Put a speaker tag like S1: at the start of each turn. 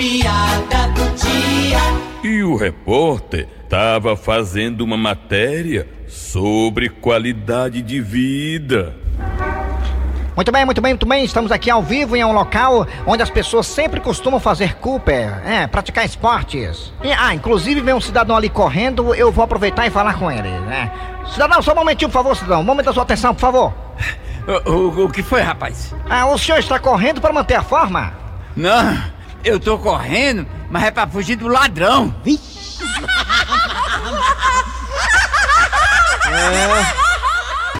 S1: piada do dia.
S2: E o repórter estava fazendo uma matéria sobre qualidade de vida.
S3: Muito bem, muito bem, muito bem. Estamos aqui ao vivo em um local onde as pessoas sempre costumam fazer Cooper, é, praticar esportes. E, ah, inclusive vem um cidadão ali correndo, eu vou aproveitar e falar com ele. né? Cidadão, só um momentinho, por favor, cidadão. Um momento da sua atenção, por favor.
S4: O, o- o que foi, rapaz?
S3: Ah, o senhor está correndo para manter a forma?
S4: Não, eu tô correndo, mas é pra fugir do ladrão.